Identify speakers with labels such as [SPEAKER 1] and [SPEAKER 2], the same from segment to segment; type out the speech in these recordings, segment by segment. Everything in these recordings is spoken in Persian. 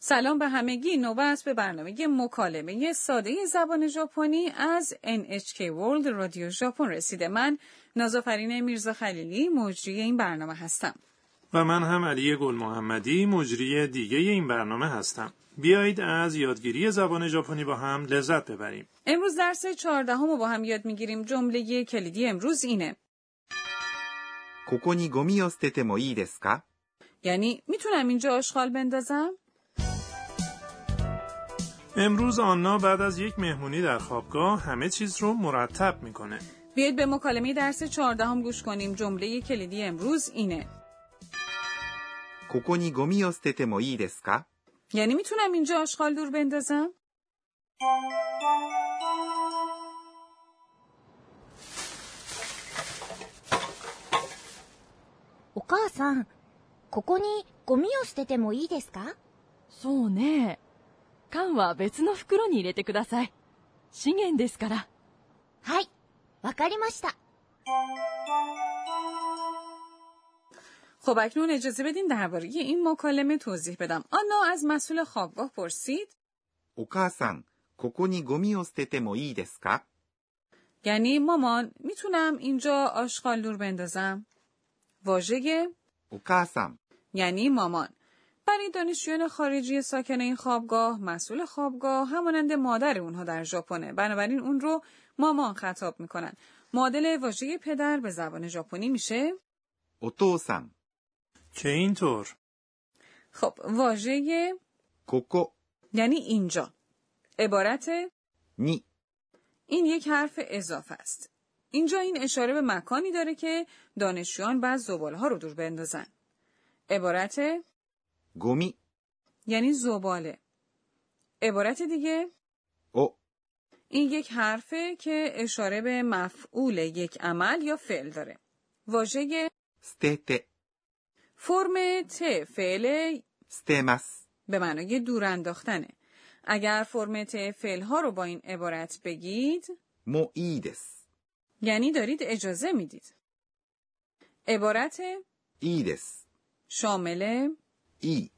[SPEAKER 1] سلام به همگی نوبه است به برنامه مکالمه ساده زبان ژاپنی از NHK World رادیو ژاپن رسیده من نازافرین میرزا خلیلی مجری این برنامه هستم
[SPEAKER 2] و من هم علی گل محمدی مجری دیگه این برنامه هستم بیایید از یادگیری زبان ژاپنی با هم لذت ببریم
[SPEAKER 1] امروز درس چهاردهم رو با هم یاد میگیریم جمله کلیدی امروز اینه
[SPEAKER 3] ここにゴミを捨ててもいいですか
[SPEAKER 1] یعنی میتونم اینجا آشغال بندازم
[SPEAKER 2] امروز آنا بعد از یک مهمونی در خوابگاه همه چیز رو مرتب میکنه
[SPEAKER 1] بیایید به مکالمه درس چهاردهم گوش کنیم جمله کلیدی امروز اینه
[SPEAKER 3] ここにゴミを捨ててもいいですか
[SPEAKER 1] یعنی میتونم اینجا آشغال دور بندازم
[SPEAKER 4] 「お母さんここにゴミを捨ててもいいですか
[SPEAKER 5] そうね。缶は別の袋に入れてください。資源ですから。
[SPEAKER 4] はいわかりました
[SPEAKER 1] خب اکنون اجازه بدین درباره این مکالمه توضیح بدم آنا از مسئول خوابگاه پرسید
[SPEAKER 3] お母さん、ここにゴミを捨ててもいいですか
[SPEAKER 1] یعنی مامان میتونم اینجا آشغال دور بندازم واژه
[SPEAKER 3] お母さん、
[SPEAKER 1] یعنی مامان برای دانشجویان خارجی ساکن این خوابگاه مسئول خوابگاه همانند مادر اونها در ژاپنه بنابراین اون رو مامان خطاب میکنن معادل واژه پدر به زبان ژاپنی میشه
[SPEAKER 3] お父さん、
[SPEAKER 2] که اینطور
[SPEAKER 1] خب واژه
[SPEAKER 3] ここ
[SPEAKER 1] یعنی اینجا عبارت
[SPEAKER 3] に
[SPEAKER 1] این یک حرف اضافه است اینجا این اشاره به مکانی داره که دانشجویان بعض زباله ها رو دور بندازن عبارت
[SPEAKER 3] ゴミ
[SPEAKER 1] یعنی زباله عبارت دیگه
[SPEAKER 3] を
[SPEAKER 1] این یک حرفه که اشاره به مفعول یک عمل یا فعل داره. واژه
[SPEAKER 3] 捨てて、
[SPEAKER 1] فرم ت فعل
[SPEAKER 3] 捨てます。
[SPEAKER 1] به معنای دور انداختنه. اگر فرم ت فعل ها رو با این عبارت بگید
[SPEAKER 3] もういいです。
[SPEAKER 1] یعنی دارید اجازه میدید. عبارت
[SPEAKER 3] いいです。
[SPEAKER 1] شامل
[SPEAKER 3] いい。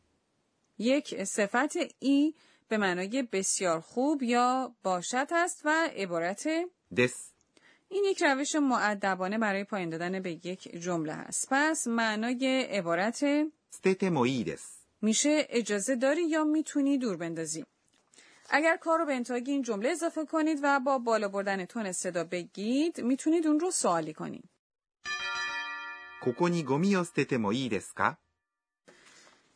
[SPEAKER 1] یک صفت ای به معنای بسیار خوب یا باشد است و عبارت
[SPEAKER 3] です。
[SPEAKER 1] این یک روش معدبانه برای پایان دادن به یک جمله است. پس معنای عبارت
[SPEAKER 3] 捨ててもいいです。
[SPEAKER 1] میشه اجازه داری یا میتونی دور بندازی. اگر کار رو به انتهای این جمله اضافه کنید و با بالا بردن تون صدا بگید میتونید اون رو سوالی کنید.
[SPEAKER 3] ここにゴミを捨ててもいいですか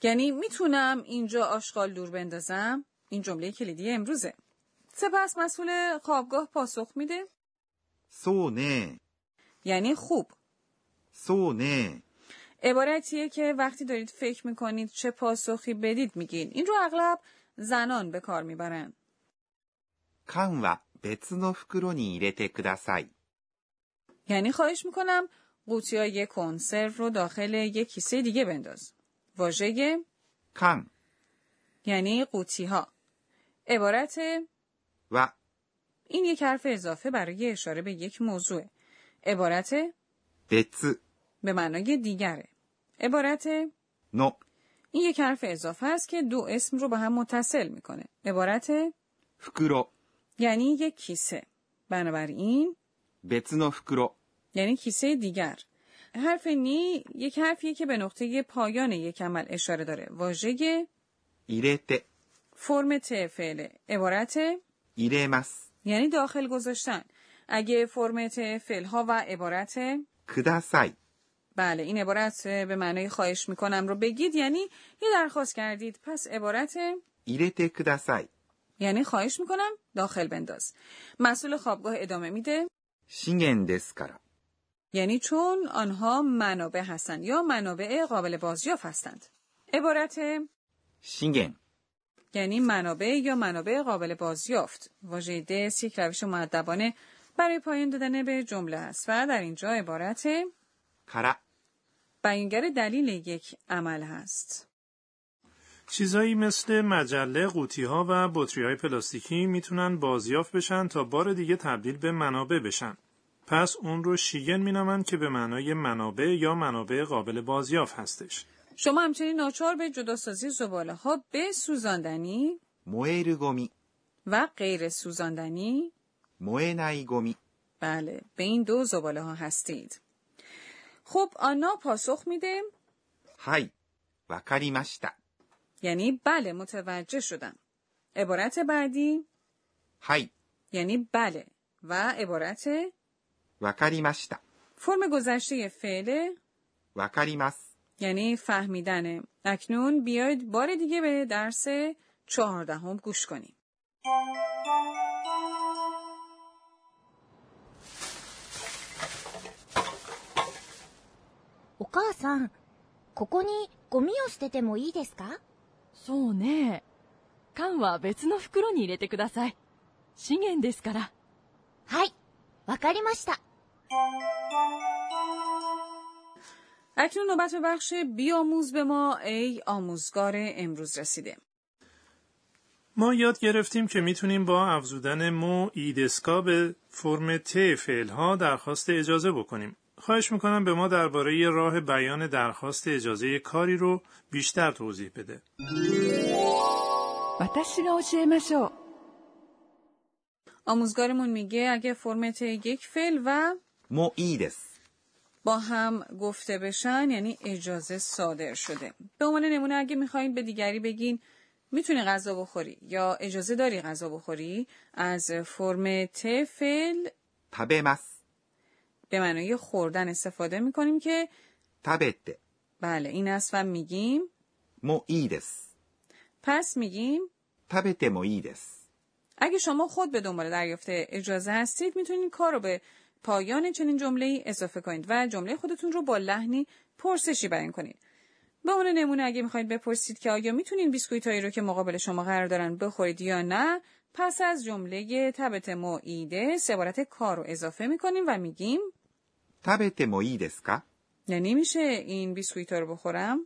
[SPEAKER 1] یعنی میتونم اینجا آشغال دور بندازم؟ این جمله کلیدی امروزه. سپس مسئول خوابگاه پاسخ میده
[SPEAKER 3] そうねえ。
[SPEAKER 1] یعنی خوب.
[SPEAKER 3] そうねえ。
[SPEAKER 1] عبارتیه که وقتی دارید فکر میکنید چه پاسخی بدید میگین این رو اغلب زنان به کار میبرن
[SPEAKER 3] 缶は別の袋に入れてください。
[SPEAKER 1] یعنی خواهش میکنم قوطی های کنسرو رو داخل یک کیسه دیگه بنداز واژه
[SPEAKER 3] 缶
[SPEAKER 1] یعنی قوطی ها عبارت
[SPEAKER 3] は
[SPEAKER 1] این یک حرف اضافه برای اشاره به یک موضوع عبارت
[SPEAKER 3] 別
[SPEAKER 1] به معنای دیگره عبارت
[SPEAKER 3] の
[SPEAKER 1] این یک حرف اضافه است که دو اسم رو به هم متصل میکنه عبارت
[SPEAKER 3] 袋、
[SPEAKER 1] یعنی یک کیسه بنابراین
[SPEAKER 3] 別の袋、
[SPEAKER 1] یعنی کیسه دیگر حرف نی یک حرفیه که به نقطه پایان یک عمل اشاره داره واژه
[SPEAKER 3] 入れて、
[SPEAKER 1] فرم ت فعله عبارت
[SPEAKER 3] 入れます。
[SPEAKER 1] یعنی داخل گذاشتن اگه فرم ت فعل ها و عبارت
[SPEAKER 3] ください。
[SPEAKER 1] بله این عبارت به معنای خواهش میکنم رو بگید یعنی یه درخواست کردید پس عبارت
[SPEAKER 3] 入れてください。
[SPEAKER 1] یعنی خواهش میکنم داخل بنداز مسئول خوابگاه ادامه میده
[SPEAKER 3] 資源ですから。
[SPEAKER 1] یعنی چون آنها منابع هستند یا منابع قابل بازیافت هستند عبارت
[SPEAKER 3] 資源、
[SPEAKER 1] یعنی منابع یا منابع قابل بازیافت واژه دس یک روش معدبانه برای پایان دادن به جمله است و در اینجا عبارت
[SPEAKER 3] から、
[SPEAKER 1] بیانگر دلیل یک عمل هست
[SPEAKER 2] چیزایی مثل مجله قوطی ها و بطری های پلاستیکی میتونن بازیافت بشن تا بار دیگه تبدیل به منابع بشن پس اون رو شیگن مینامن که به معنای منابع یا منابع قابل بازیافت هستش
[SPEAKER 1] شما همچنین ناچار به جداسازی زباله ها به سوزاندنی
[SPEAKER 3] 燃えるゴミ、
[SPEAKER 1] و غیر سوزاندنی
[SPEAKER 3] 燃えないゴミ、
[SPEAKER 1] بله به این دو زباله ها هستید خب آنا پاسخ میده
[SPEAKER 3] はい、わかりました。
[SPEAKER 1] یعنی بله متوجه شدم عبارت بعدی
[SPEAKER 3] はい、
[SPEAKER 1] یعنی بله و عبارت
[SPEAKER 3] わかりました。
[SPEAKER 1] فرم گذشته فعله
[SPEAKER 3] わかります。
[SPEAKER 1] یعنی فهمیدنه اکنون بیاید بار دیگه به درس چهاردهم گوش کنیم
[SPEAKER 4] お母さん、ここにゴミを捨ててもいいですか
[SPEAKER 5] そうね。缶は別の袋に入れてください。資源ですから。
[SPEAKER 4] はい、わかりました。
[SPEAKER 1] اکنون نوبت به بخش بیاموز به ما ای آموزگار امروز رسیده
[SPEAKER 2] ما یاد گرفتیم که میتونیم با افزودن مو ایدسکا به فرم ت فعلها درخواست اجازه بکنیم. خواهش میکنم به ما درباره راه بیان درخواست اجازه کاری رو بیشتر توضیح بده.
[SPEAKER 5] 私が教えましょう。
[SPEAKER 1] آموزگارمون میگه اگه فرم ت یک فعل و
[SPEAKER 3] もういいです。
[SPEAKER 1] با هم گفته بشن یعنی اجازه صادر شده به عنوان نمونه اگه میخواین به دیگری بگین میتونی غذا بخوری یا اجازه داری غذا بخوری از فرم ت فعل
[SPEAKER 3] 食べます。
[SPEAKER 1] به معنای خوردن استفاده میکنیم که
[SPEAKER 3] 食べて、
[SPEAKER 1] بله این است و میگیم
[SPEAKER 3] もういいです。
[SPEAKER 1] پس میگیم
[SPEAKER 3] 食べてもいいです。
[SPEAKER 1] اگه شما خود به دنبال دریافت اجازه هستید میتونید کار رو به پایان چنین جمله ای اضافه کنید و جمله خودتون رو با لحنی پرسشی بیان کنید به عنوان نمونه اگه میخواید بپرسید که آیا میتونین بیسکویت هایی رو که مقابل شما قرار دارن بخورید یا نه پس از جمله تبت معیده عبارت کار رو اضافه میکنیم و میگیم
[SPEAKER 3] 食べてもいいですか
[SPEAKER 1] یعنی میشه این بیسکویت ها رو بخورم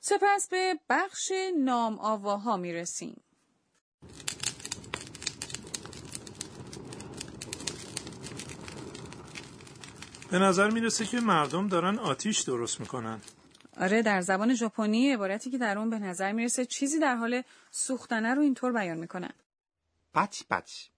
[SPEAKER 1] سپس به بخش نام آواها میرسیم
[SPEAKER 2] به نظر میرسه که مردم دارن آتیش درست میکنن.
[SPEAKER 1] آره در زبان ژاپنی عبارتی که در اون به نظر میرسه چیزی در حال سوختنه رو اینطور بیان میکنن
[SPEAKER 3] パチパチ、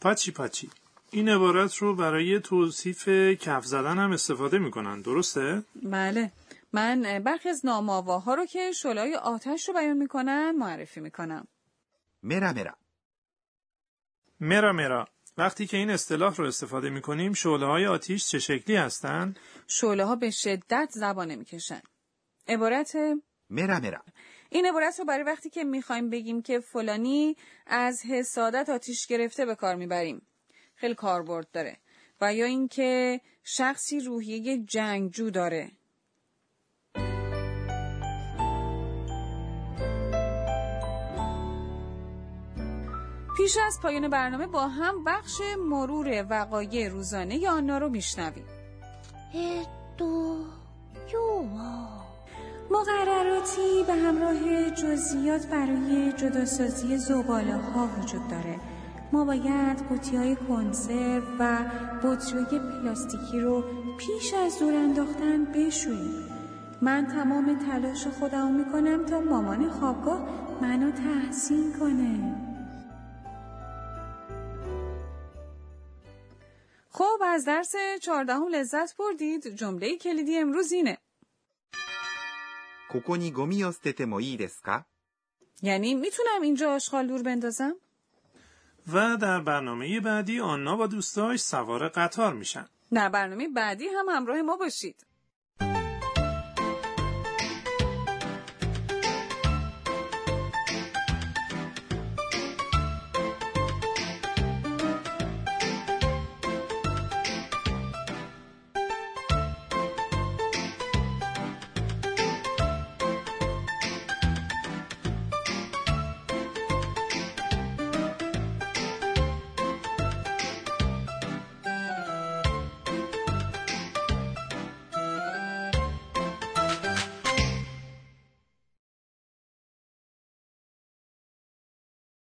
[SPEAKER 2] پچی پچی این عبارت رو برای توصیف کف زدن هم استفاده میکنن درسته؟
[SPEAKER 1] بله من اه، برخی از نام آواها رو که شعلای آتش رو بیان میکنن معرفی میکنم
[SPEAKER 3] メラメラ、
[SPEAKER 2] مرا مرا وقتی که این اصطلاح رو استفاده میکنیم شعله های آتیش چه شکلی هستن؟
[SPEAKER 1] شعله ها به شدت زبانه میکشن عبارت
[SPEAKER 3] メラメラ、
[SPEAKER 1] این عبارت رو برای وقتی که میخوایم بگیم که فلانی از حسادت آتیش گرفته به کار میبریم خیلی کاربرد داره و یا اینکه شخصی روحیه جنگجو داره پیش از پایان برنامه با هم بخش مرور وقایع روزانه یا آنا رو میشنویم
[SPEAKER 4] えー、っと、今日は、
[SPEAKER 1] مقرراتی به همراه جزئیات برای جداسازی زباله ها وجود داره ما باید قوطی های کنسرو و بطری پلاستیکی رو پیش از دور انداختن بشوییم من تمام تلاش خودم میکنم تا مامان خوابگاه منو تحسین کنه خب از درس چهاردهم لذت بردید جمله کلیدی امروز اینه
[SPEAKER 3] ここにゴミを捨ててもいいですか
[SPEAKER 1] یعنی میتونم اینجا آشغال دور بندازم؟
[SPEAKER 2] و در برنامه بعدی آنا و دوستاش سوار قطار میشن
[SPEAKER 1] در برنامه بعدی هم همراه ما باشید.